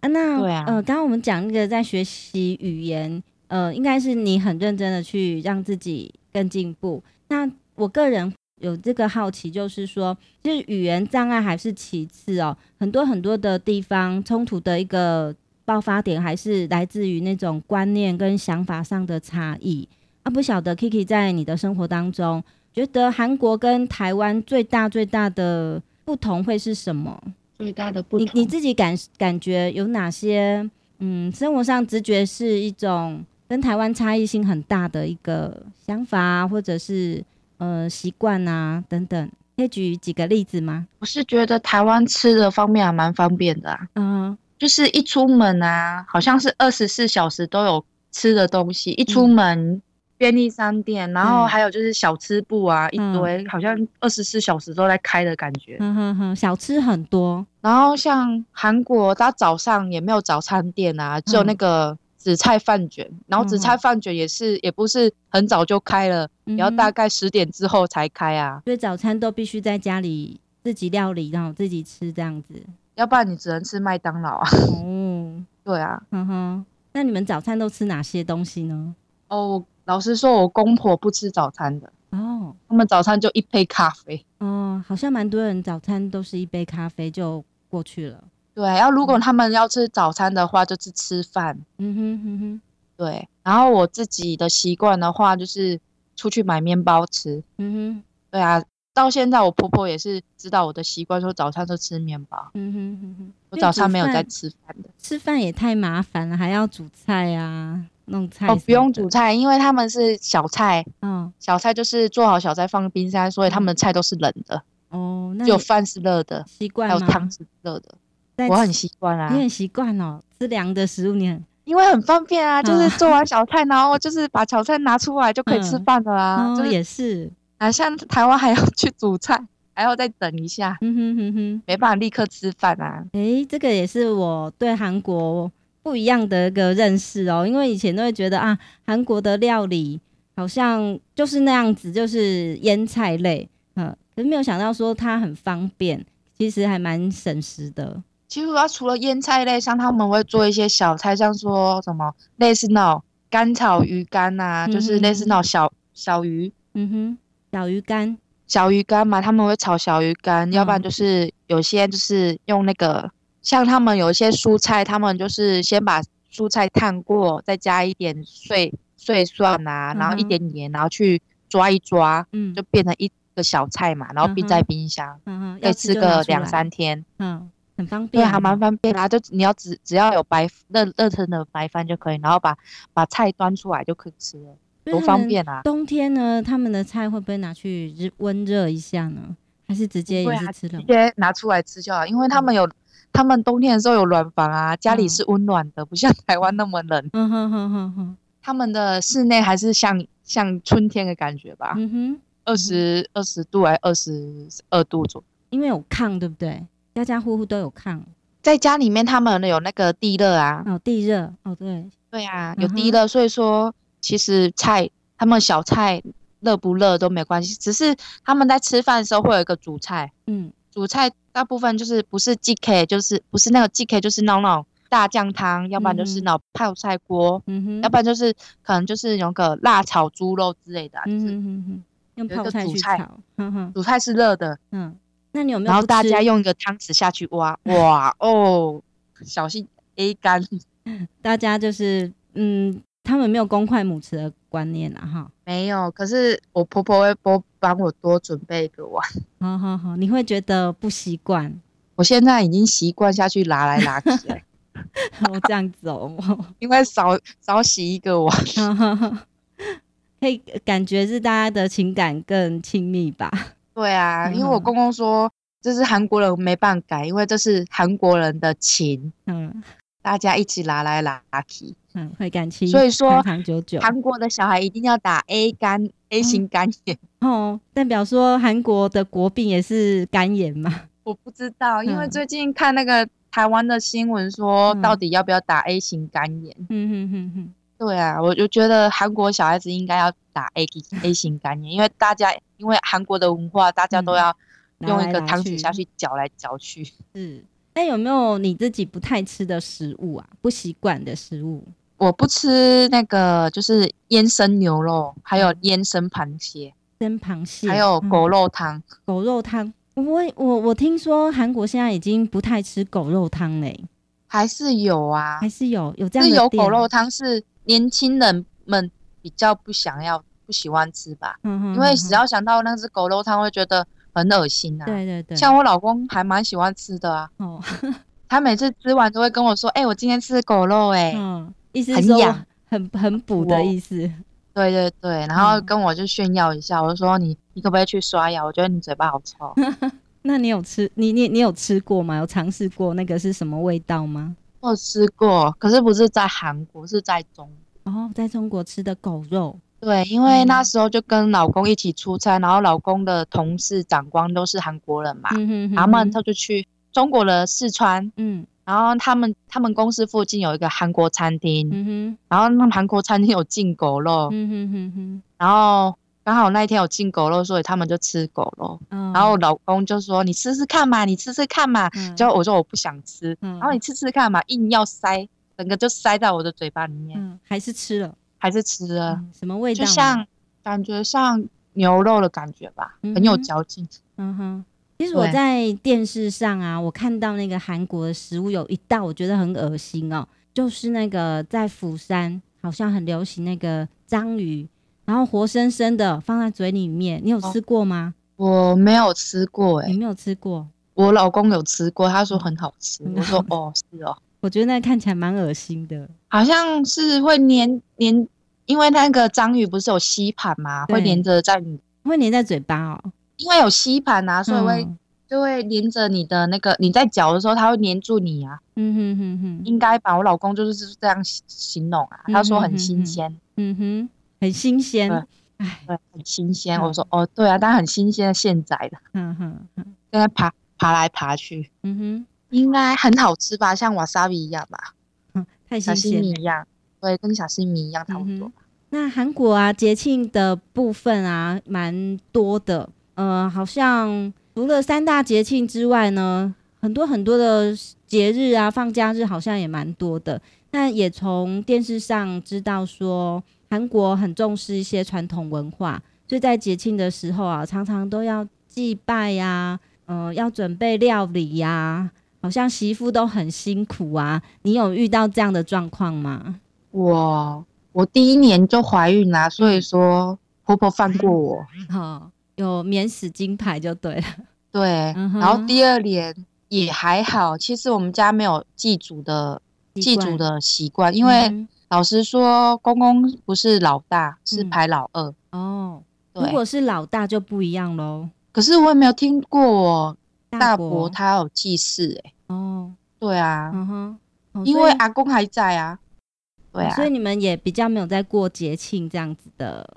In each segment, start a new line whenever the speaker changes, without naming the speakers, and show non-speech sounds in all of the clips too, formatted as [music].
呃，刚刚我们讲那个在学习语言，呃，应该是你很认真的去让自己更进步。那我个人有这个好奇，就是说，就是语言障碍还是其次哦，很多很多的地方冲突的一个爆发点，还是来自于那种观念跟想法上的差异。啊，不晓得 Kiki 在你的生活当中，觉得韩国跟台湾最大最大的不同会是什么？
最大的不
你
同，
你自己感感觉有哪些？嗯，生活上直觉是一种跟台湾差异性很大的一个想法啊，或者是呃习惯啊等等，可以举几个例子吗？
我是觉得台湾吃的方面还蛮方便的啊，
嗯、
就是一出门啊，好像是二十四小时都有吃的东西，一出门。便利商店，然后
嗯
还有就是小吃部啊，
嗯
一堆好像二十四小时都在开的感觉。
哼哼哼，小吃很多，
然后像韩国，它早上也没有早餐店啊，只有那个紫菜饭卷。然后紫菜饭卷也是，也不是很早就开了，
嗯哼
也要大概十点之后才开啊，
所以早餐都必须在家里自己料理，然后自己吃这样子。
要不然你只能吃麦当劳啊。 [laughs]
哦，
对啊，
哼哼，那你们早餐都吃哪些东西呢？
哦，我老实说，我公婆不吃早餐的，
哦
他们早餐就一杯咖啡。
哦，好像蛮多人早餐都是一杯咖啡就过去了。
对，然后如果他们要吃早餐的话，就是吃饭。
嗯哼哼哼。
对，然后我自己的习惯的话，就是出去买面包吃。
嗯
对啊，到现在我婆婆也是知道我的习惯，说早餐就吃面包
哼，，嗯哼哼哼，
我早
因为
餐
煮
没有在
饭
吃饭的。
吃饭也太麻烦了，还要煮菜啊，弄菜什
哦
么，的。
不用煮菜，因为他们是小菜，
哦
小菜就是做好小菜放冰箱，所以他们的菜都是冷的，
哦，那
只有
你
饭是热的，
习
还有
惯吗？
汤是热的。
在
我很
吃
习惯啊
你，很习惯哦，吃凉的食物你很
因为很方便啊，就是
嗯
做完小菜，然后 [laughs] 就是把小菜拿出来就可以吃
嗯
饭了啊。
哦
就是
也是，
哪像台湾还要去煮菜，还要再等一下，
嗯哼哼哼，
没办法立刻吃饭啊。
诶，这个也是我对韩国不一样的一个认识哦，因为以前都会觉得啊，韩国的料理好像就是那样子，就是腌菜类，嗯，可是没有想到说它很方便，其实还蛮省时的，
其实它除了腌菜类，像他们会做一些小菜，像说什么类似那种甘草鱼干啊，就是类似那种小小鱼
嗯哼，小鱼干。
小鱼干嘛，他们会炒小鱼干，要不然
嗯
就是有些就是用那个，像他们有一些蔬菜，他们就是先把蔬菜烫过，再加一点碎碎蒜啊，然后
嗯
一
哼
点盐，然后去抓一抓，
嗯，
就变成一个小菜嘛，然后冰
嗯
在
哼
冰箱，
嗯哼，
可以
要
吃
就拿
个
出
两
来，
三天。
嗯，很方便，
对，还蛮方便啊，就你要只只要有白热热腾的白饭就可以，然后把把菜端出来就可以吃了，
对
多
他
方
们
便啊！
冬天呢，他们的菜会不会拿去日温热一下呢？还是直接
不会
也是
啊
吃
直
冷？
接拿出来吃就好，因为他们有他们冬天的时候有暖房啊，家里
嗯
是温暖的，不像台湾那么冷，
嗯哼哼哼哼，
[laughs] 他们的室内还是像像春天的感觉吧，
嗯哼，
二十二十度还二十二度左右。
因为有炕，对不对？家家户户都有炕，
在家里面，他们有那个地热啊，
哦，地热，哦，对，
对啊，有
嗯
地
哼
热，所以说其实菜他们小菜热不热都没关系，只是他们在吃饭的时候会有一个主菜，
嗯，
主菜大部分就是不是 GK 就是不是那个 GK 就是那种那种大酱汤，要不然就
嗯
是
哼
那种泡菜锅，
嗯哼，
要不然就是可能就是有个辣炒猪肉之类的啊、就
嗯哼
是
哼嗯哼，用
有一
泡
个
菜
主
去
菜
炒，哼哼，
主菜是热的，
嗯，那你有没有
然后
不
大
吃
家用一个汤匙下去挖，哇哦，小心 A 干，
大家就是嗯，他们没有公筷母匙的观念啦，哈，
没有，可是我婆婆会多帮我多准备一个碗。
好好好，你会觉得不习惯， [laughs]
我现在已经习惯下去拿来拿去了， [laughs]
哦，这样子哦， [laughs]
因为少少洗一个碗。
可以感觉是大家的情感更亲密吧？
对啊，因为我
嗯
公公说这是韩国人没办法改，因为这是韩国人的情，
嗯
大家一起拿来拿去。
嗯，会感情
所以说
长长久久
韩国的小孩一定要打 A 肝
嗯
A 型肝炎， [laughs]
哦，代表说韩国的国病也是肝炎嘛？ [laughs]
我不知道，因为
嗯
最近看那个台湾的新闻说，
嗯
到底要不要打 A 型肝炎？
嗯哼哼哼，
对啊，我就觉得韩国小孩子应该要打 A
[laughs]
A 型肝炎，因为大家因为韩国的文化，大家都
嗯
要
拿
用
来
一个
拿
汤匙下
去
去搅来搅去。
是。哎、那有没有你自己不太吃的食物啊？不习惯的食物？
我不吃那个就是腌生牛肉，还有腌生螃蟹，
蒸螃蟹，
还有
嗯
狗肉汤。
狗肉汤。我我我听说韩国现在已经不太吃狗肉汤嘞，
还是有啊
还，是有有这样
是
的
有
店哦
狗肉，汤是年轻人们比较不想要、不喜欢吃吧，
嗯哼
因为
嗯
只
哼
要想到那只狗肉汤，会觉得很恶心啊。
对对对，
像我老公还蛮喜欢吃的啊，
哦，
他每次吃完都会跟我说：“哎、我今天吃狗肉、哎、
嗯，意思
很
是说
痒
很很补的
我
意思，
对对对，然后
嗯
跟我就炫耀一下，我就说你你可不可以去刷牙？我觉得你嘴巴好臭。
那你有吃你你你有吃过吗？有尝试过那个是什么味道吗？
我有吃过，可是不是在韩国，是在中国。
哦，在中国吃的狗肉，
对，因为那
嗯
时候就跟老公一起出差，然后老公的同事、长官都是韩国人嘛，
嗯哼
他们
哼
他就去中国的四川，
嗯
然后他们他们公司附近有一个韩国餐厅，
嗯哼
然后那韩国餐厅有进狗肉，
嗯哼哼哼，
然后刚好那一天有进狗肉，所以他们就吃狗肉。
嗯
然后老公就说：“你吃吃看嘛，你吃吃看嘛。”
嗯
结果我说我不想吃，
然
然后你吃吃看嘛，硬要塞，整个就塞在我的嘴巴里面，
嗯还是吃了，
还是吃了，
嗯什么味道
呃就
呢？
像感觉像牛肉的感觉吧，很有
嗯哼
嚼劲。
嗯哼，其实我
对
在电视上啊，我看到那个韩国的食物有一道我觉得很恶心哦，就是那个在釜山好像很流行那个章鱼，然后活生生的放在嘴里面，你有
哦
吃过吗？
我没有吃过、欸，
你没有吃过，
我老公有吃过，他说很好吃，
嗯
我说哦是哦，
我觉得那看起来蛮恶心的。
好像是会粘粘，因为那个章鱼不是有吸盘嘛，会
对
连着在你，
会粘在嘴巴哦，
因为有吸盘啊，所以会、
嗯
就会连着你的那个，你在嚼的时候，它会粘住你啊，
嗯哼哼哼，
应该吧？我老公就是这样形形容啊，他
嗯
说
哼
很
哼
新
哼
鲜，
嗯哼，很新鲜
对，
哎，
对，很新鲜。
嗯
我说哦，对啊，但很新鲜，现宰的，
哼嗯哼，哼
现在爬爬来爬去，
嗯哼
应该很好吃吧？像瓦萨比一样吧，
哼，太
小
新
西
鲜
米一样，对，跟小西米一样差不多
嗯。那韩国啊，节庆的部分啊，蛮多的。呃，好像除了三大节庆之外呢，很多很多的节日啊，放假日好像也蛮多的。那也从电视上知道说，韩国很重视一些传统文化，所以在节庆的时候啊，常常都要祭拜呀、呃，要准备料理呀、好像媳妇都很辛苦啊。你有遇到这样的状况吗？
我我第一年就怀孕啦、所以
嗯
说婆婆放过我，
好、有免死金牌就对了。
对。
嗯哼
然后第二年也还好，其实我们家没有祭祖的祭祖
惯，
的习惯， [laughs] 因为
嗯
老实说，公公不是老大，是
嗯
排老二。
哼哦，如
对，
果是老大就不一样喽。
可是我也没有听过哦，大伯
伯
他有祭祀、欸，
哦，
对啊，
嗯哼，哦
因
所
为
以
阿公还在啊，对啊
所，以你们也比较没有在过节庆这样子的，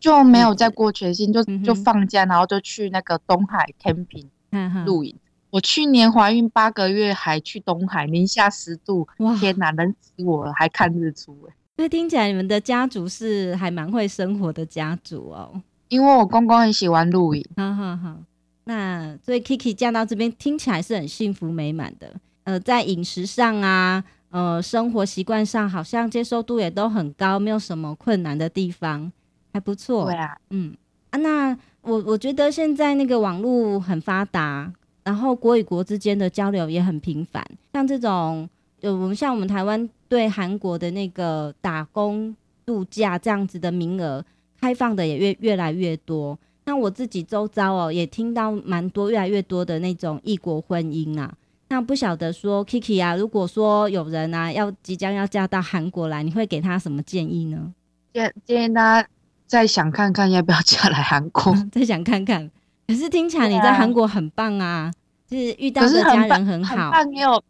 就没有
日
再
子
过全新，就就
嗯哼
放假，然后就去那个东海 camping
哈哈，
露营。我去年怀孕八个月还去东海，零下十度，
哇，
天哪，冷死我了，还看日出、欸、
所以听起来你们的家族是还蛮会生活的家族哦，
因为我公公很喜欢露营，
哈哈哈。那所以 Kiki 嫁到这边听起来是很幸福美满的，呃，在饮食上啊，呃，生活习惯上好像接受度也都很高，没有什么困难的地方，还不错。
对啊，
嗯啊，那我我觉得现在那个网络很发达，然后国与国之间的交流也很频繁。像这种，呃，我们像我们台湾对韩国的那个打工度假这样子的名额开放的也越越来越多。那我自己周遭哦，也听到蛮多越来越多的那种异国婚姻啊。那不晓得说 Kiki 啊，如果说有人啊要即将要嫁到韩国来，你会给他什么建议呢？
建建议大家再想看看要不要嫁来韩国。
嗯 [laughs] 再想看看。可是听起来你
哦对啊
在韩国很棒啊，就是遇到
[laughs] 可是
的
很
家人
棒
很好，
但也有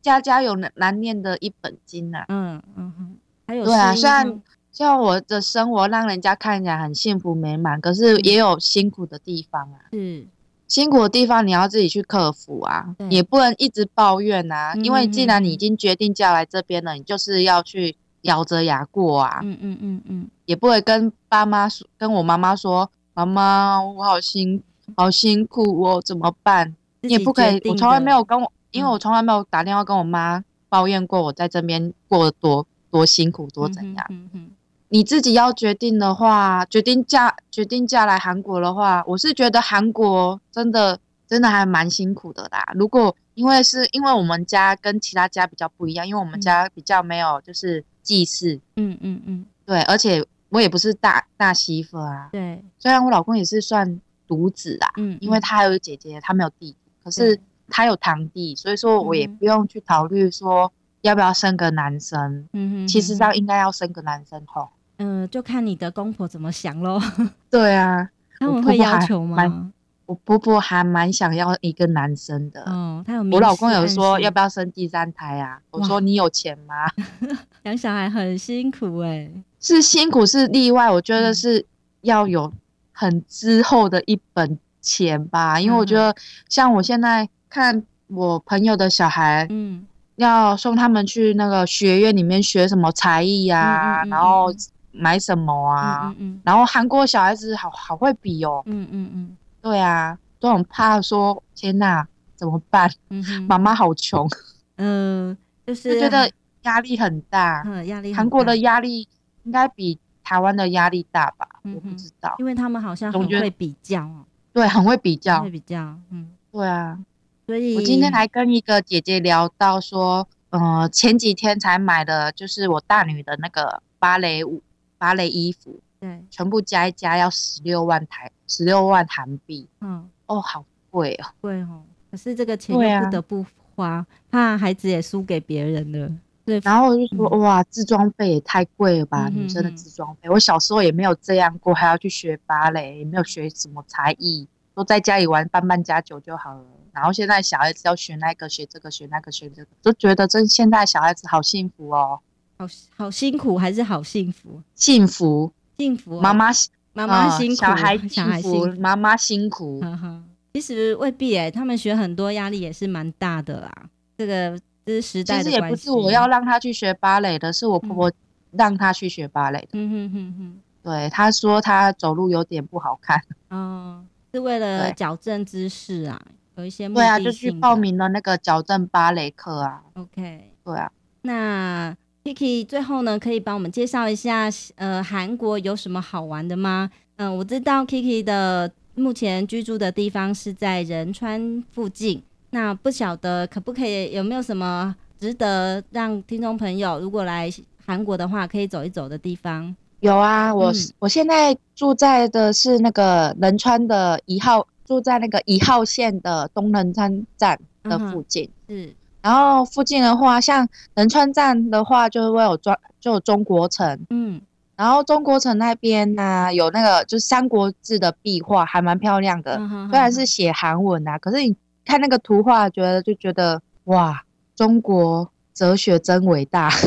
家家有难难念的一本经呐、
嗯嗯哼，还有
对啊
适应
虽然
上
像我的生活让人家看起来很幸福美满，可
嗯
是也有辛苦的地方啊。
是
辛苦的地方你要自己去克服啊
对，
也不能一直抱怨啊。因为既然
嗯嗯
你
嗯
已经决定嫁来这边了，你就是要去咬着牙过啊，
嗯嗯嗯嗯，
也不会跟爸妈说，跟我妈妈说，妈妈我好辛好辛苦哦，怎么办？
自
你也
己
不可
决
以，我
定
从来没
的嗯
有跟我因为我从来没有打电话跟我妈抱怨过我在这边过得多多辛苦多怎样。
嗯哼嗯哼
你自己要决定的话，决定嫁决定嫁来韩国的话，我是觉得韩国真的真的还蛮辛苦的啦。如果因为是因为我们家跟其他家比较不一样，因为我们家比较没有就是祭祀，
嗯嗯嗯，
对，而且我也不是大大媳妇啊，
对，
虽然我老公也是算独子啊，
嗯，
因为
嗯
他还有姐姐，他没有弟弟，可是
对
他有堂弟，所以说我也
嗯哼
不用去考虑说要不要生个男生。
嗯哼
其
嗯
实
哼
上应该要生个男生吼。
嗯，就看你的公婆怎么想喽。
对啊，
他
我
们
婆
会
婆
要
还
求
蛮
吗？
我婆婆还蛮想要一个男生的。
哦，他有明
我老
示
公有
暗
说
示
要不要生第三胎啊？我
哇
说你有钱吗？ [laughs]
养小孩很辛苦哎、
是辛苦是例外，我觉得
嗯
是要有很之后的一本钱吧，因为我觉
嗯
得像我现在看我朋友的小孩，
嗯
要送他们去那个学院里面学什么才艺呀、
嗯嗯嗯
然后
嗯
买什么啊，
嗯嗯
然后韩国小孩子好好会比哦，
嗯嗯嗯
对啊，都很怕说天哪怎么办，
嗯嗯
妈
哼，
妈好穷，
嗯，就是
就觉得压力很大，
嗯压力很
韩国
大
的，压力应该比台湾的压力大吧，
嗯
我不
哼
知道，
因为他们好像
总
很
觉得
会比较哦，
对，很会比
很
较
会，比较，嗯，
对啊，
所以
我今天来跟一个姐姐聊到说，呃，前几天才买的，就是我大女的那个芭蕾舞、芭蕾衣服，
对，
全部加一加要十六万台，十六万韩币，
嗯，
哦，好贵哦。
贵哦，可是这个钱
对
又
啊
不得不花，怕孩子也输给别人了，对，
然后我就说，哇，自装费也太贵了吧，
嗯嗯哼
女生的
哼
自装费。我小时候也没有这样过，还要去学芭蕾，也没有学什么才艺，都在家里玩搬搬家酒就好了。然后现在小孩子要学那个学这个学那个学这个，就觉得真现在小孩子好幸福哦，
好好辛苦还是好幸福，
幸福。
幸福哦、
妈妈
妈妈
呃
辛苦，
小孩
小孩
幸
辛嗯
福，
苦
妈妈辛苦。
哈哈，其实未必哎、他们学很多压力也是蛮大的啦。这个这是时代
其
的
实也
关
不是
系
我要，让她去学芭蕾的，是我婆婆让她去学芭蕾的。
嗯哼哼
对，她说她走路有点不好看，
哼，哦，是为了
对
矫正姿势啊，有一些目
对啊，
的
就去
性的。
报名了那个矫正芭蕾课啊。
OK，
对啊，
那 Kiki 最后呢，可以帮我们介绍一下呃韩国有什么好玩的吗？嗯、我知道 Kiki 的目前居住的地方是在仁川附近，那不晓得可不可以有没有什么值得让听众朋友如果来韩国的话可以走一走的地方？
有啊，我、
嗯
我现在住在的是那个仁川的一号，住在那个一号线的东仁川站的
嗯哼
附近。呃
是，
然后附近的话，像仁川站的话，就会有专就有中国城，
嗯
然后中国城那边呢、有那个就是三国志的壁画，还蛮漂亮的。
嗯哼
呃虽然是写韩文啊，可是你看那个图画，觉得就觉得哇，中国哲学真伟大。
[laughs]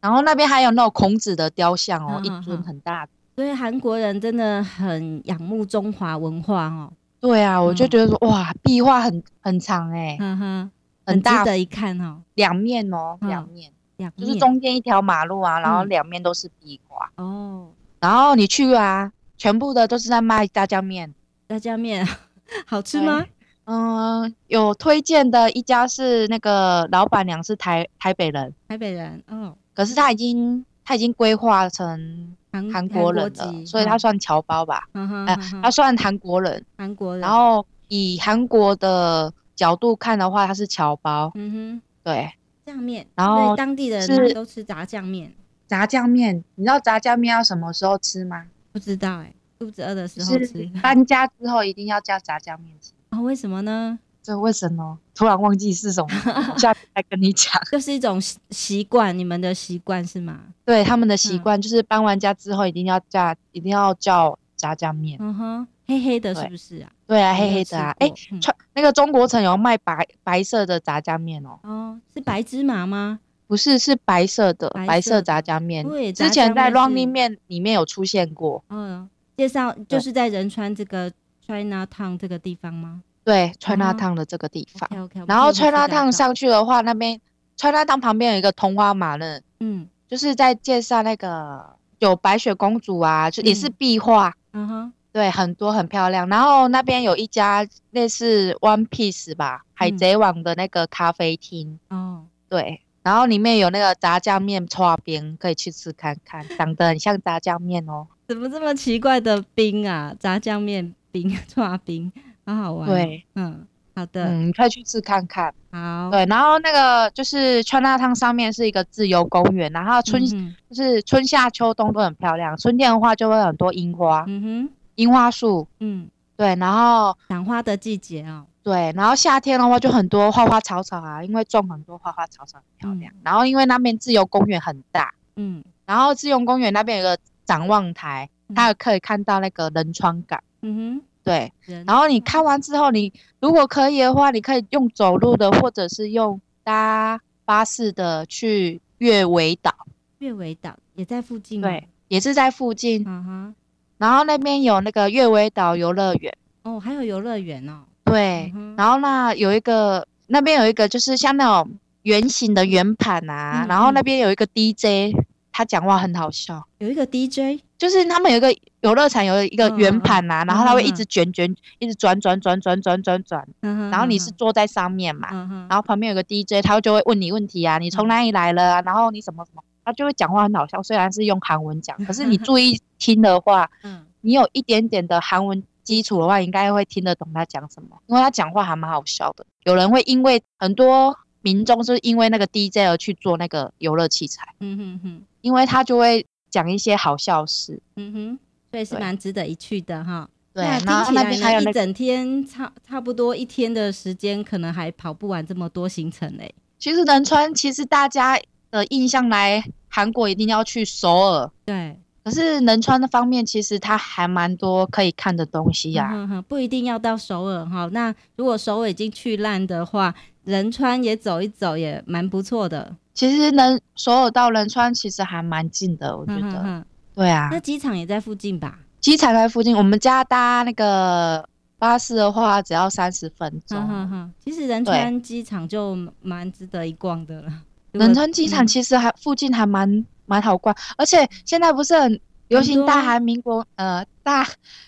然后那边还有那种孔子的雕像哦，
嗯
一
哼
尊
哼
很大。
所以韩国人真的很仰慕中华文化哦，
对啊，我就
嗯
觉得说哇，壁画很很长哎、
哈哈，
很
嗯值
大，
得一看哦，
两面哦，
嗯
两面
两
就是
面
中间一条马路啊，然后
嗯
两面都是壁画。
哦，
然后你去啊，全部的都是在卖炸酱面。
炸酱面 [laughs] 好吃
对
吗？
嗯，有推荐的一家是那个老板娘是台台北人，
台北人哦，
可是她已经她已经规划成
韩
韩国人了，
籍
所以她
嗯
算侨胞吧，
嗯哼
呃
嗯哼
她算韩国人。
韩国人，
然后以韩国的角度看的话，她是侨胞，
嗯哼，
对。
酱面，
然
所以
后
当地的人
是
他们都吃炸酱面，
炸酱面，你知道炸酱面要什么时候吃吗？
不知道哎、肚子饿的时候
是
吃
搬家之后一定要叫炸酱面吃。
啊、为什么呢？
这为什么？突然忘记是什么， [laughs] 我下次再跟你讲。
就是一种习习惯，你们的习惯是吗？
对他们的习
嗯
惯就是搬完家之后一定要炸，一定要叫炸酱面。
嗯哼，黑黑的
对
是不是啊？
对啊，
我没
黑
有
黑
吃
的啊，哎、
过嗯
川那个中国城有卖白白色的炸酱面哦，
哦，是白芝麻吗？
不是，是白色的
白
白
色
色
的
炸酱面。
对炸
之前
酱
在
面
Running
是
面里面有出现过，
嗯，介绍就
对
是在仁川这个 China Town 这个地方吗
对，川辣
哦
烫的这个地方。
？OK OK，
然后川辣烫
烫，
上去的话，那边川辣烫旁边有一个童话马呢，
嗯
就是在介绍那个有白雪公主啊，就也是
嗯
壁画，
嗯哼，
对，很多很漂亮。然后那边有一家类似 One Piece
嗯
吧，海贼王的那个咖啡厅，
哦，
对。然后里面有那个炸酱面搓冰，可以去吃看看，长得很像炸酱面哦。
怎么这么奇怪的冰啊？炸酱面冰、 [laughs] 串冰，好好玩。，
对，
嗯，好的，
嗯，可以去吃看看。
好，
对，然后那个就是川大汤上面是一个自由公园，然后春、
嗯
就是春夏秋冬都很漂亮。春天的话就会有很多樱花
哼，，嗯哼，
樱花树。
嗯，
对，然后
赏花的季节哦，
对，然后夏天的话就很多花花草草啊，因为种很多花花草草很漂亮。然后因为那边自由公园很大，
嗯
然后自由公园那边有个展望台，它有可以看到那个仁川港。
嗯
对，
哼，人
然后你看完之后，你如果可以的话，你可以用走路的，或者是用搭巴士的去月尾岛，
月尾岛也在附近，哦
对，也是在附近。
嗯哼，
然后那边有那个月尾岛游乐园，
哦，还有游乐园哦，
对，
嗯哼
然后那有一个那边有一个就是像那种圆形的圆盘啊，
嗯
然后那
嗯
边有一个 DJ，他讲话很好笑，
有一个 DJ，
就是他们有一个游乐场有一个
嗯嗯
圆
嗯
盘啊，然后他会
嗯
一
嗯
直卷卷，一直转转转转转转转，
嗯哼，
然后你是坐在上面嘛，
嗯哼，嗯哼，
然后旁边有个 DJ，他就会问你问题啊，你从
嗯
哪里来了啊，然后你什么什么，他就会讲话很好笑，虽然是用韩文讲，可
[laughs]
是你注意听的话，
嗯
你有一点点的韩文基础的话，应该会听得懂他讲什么，因为他讲话还蛮好笑的。有人会因为很多民众是因为那个 DJ 而去做那个游乐器材，
嗯哼哼，
因为他就会讲一些好笑事。
嗯哼，所以是
对
蛮值得一去的哈。
对，
那
然
听
后
起
那
来
边
呢
还有那
一
个，
整天差差不多一天的时间，可能还跑不完这么多行程嘞。
其实仁川，其实大家的印象来韩国一定要去首尔，
对，
可是仁川的方面，其实它还蛮多可以看的东西呀、
嗯哼哼，不一定要到首尔哈。那如果首尔已经去烂的话，仁川也走一走也蛮不错的。
其实能首尔到仁川其实还蛮近的，我觉
嗯哼
得。
哼，
对啊。
那机场也在附近吧？
机场在附近，我们家搭那个巴士的话，只要三十分钟。
嗯哼哼，其实仁川机场就蛮值得一逛的了。如果
仁川机场
嗯
其实还、附近还蛮蛮好逛，而且现在不是很流行
很多
大韩民国呃大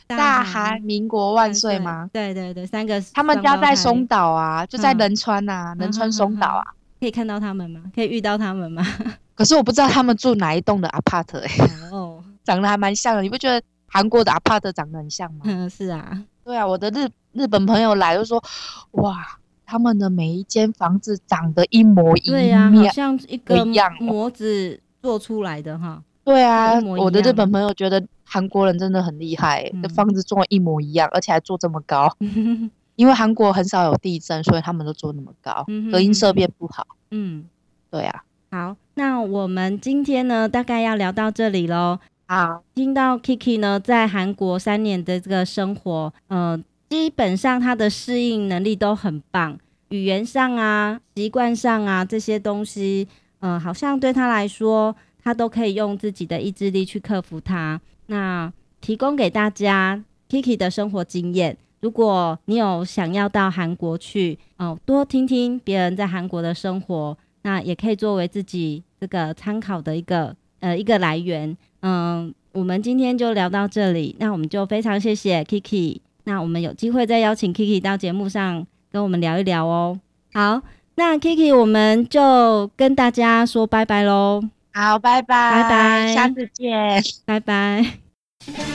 大韩民国万岁吗？？
对对对，三个
他们家
双胞
在
胎
松岛啊，就在
嗯
仁川啊，仁川松岛啊。
可以看到他们吗？可以遇到他们
[laughs]
吗？
可是我不知道他们住哪一栋的 apart，、欸、
哦， [laughs]
长得还蛮像的。你不觉得韩国的 apart 长得很像吗？
嗯，是啊，
对啊，我的日日本朋友来就说，哇，他们的每一间房子长得一模一
对呀、
样。
好像一个
不一样哦
模子做出来的哈。 [laughs]
对啊，
一模一
我的日
样
本朋友觉得韩国人真的很厉害、欸，
嗯
这、房子做一模一样，而且还做这么高。
嗯
因为韩国很少有地震，所以他们都做那么高，
哼
隔音设备不好。
嗯，
对啊，
好，那我们今天呢，大概要聊到这里喽。
好，
听到 Kiki 呢，在韩国三年的这个生活，呃，基本上她的适应能力都很棒，语言上啊、习惯上啊这些东西，呃，好像对她来说，她都可以用自己的意志力去克服它。那提供给大家 Kiki 的生活经验。如果你有想要到韩国去，哦、多听听别人在韩国的生活，那也可以作为自己这个参考的一个呃一个来源。嗯，我们今天就聊到这里，那我们就非常谢谢 Kiki，那我们有机会再邀请 Kiki 到节目上跟我们聊一聊哦。好，那 Kiki 我们就跟大家说拜拜喽，
好，拜拜，
拜拜
下次见。
拜拜。
「君の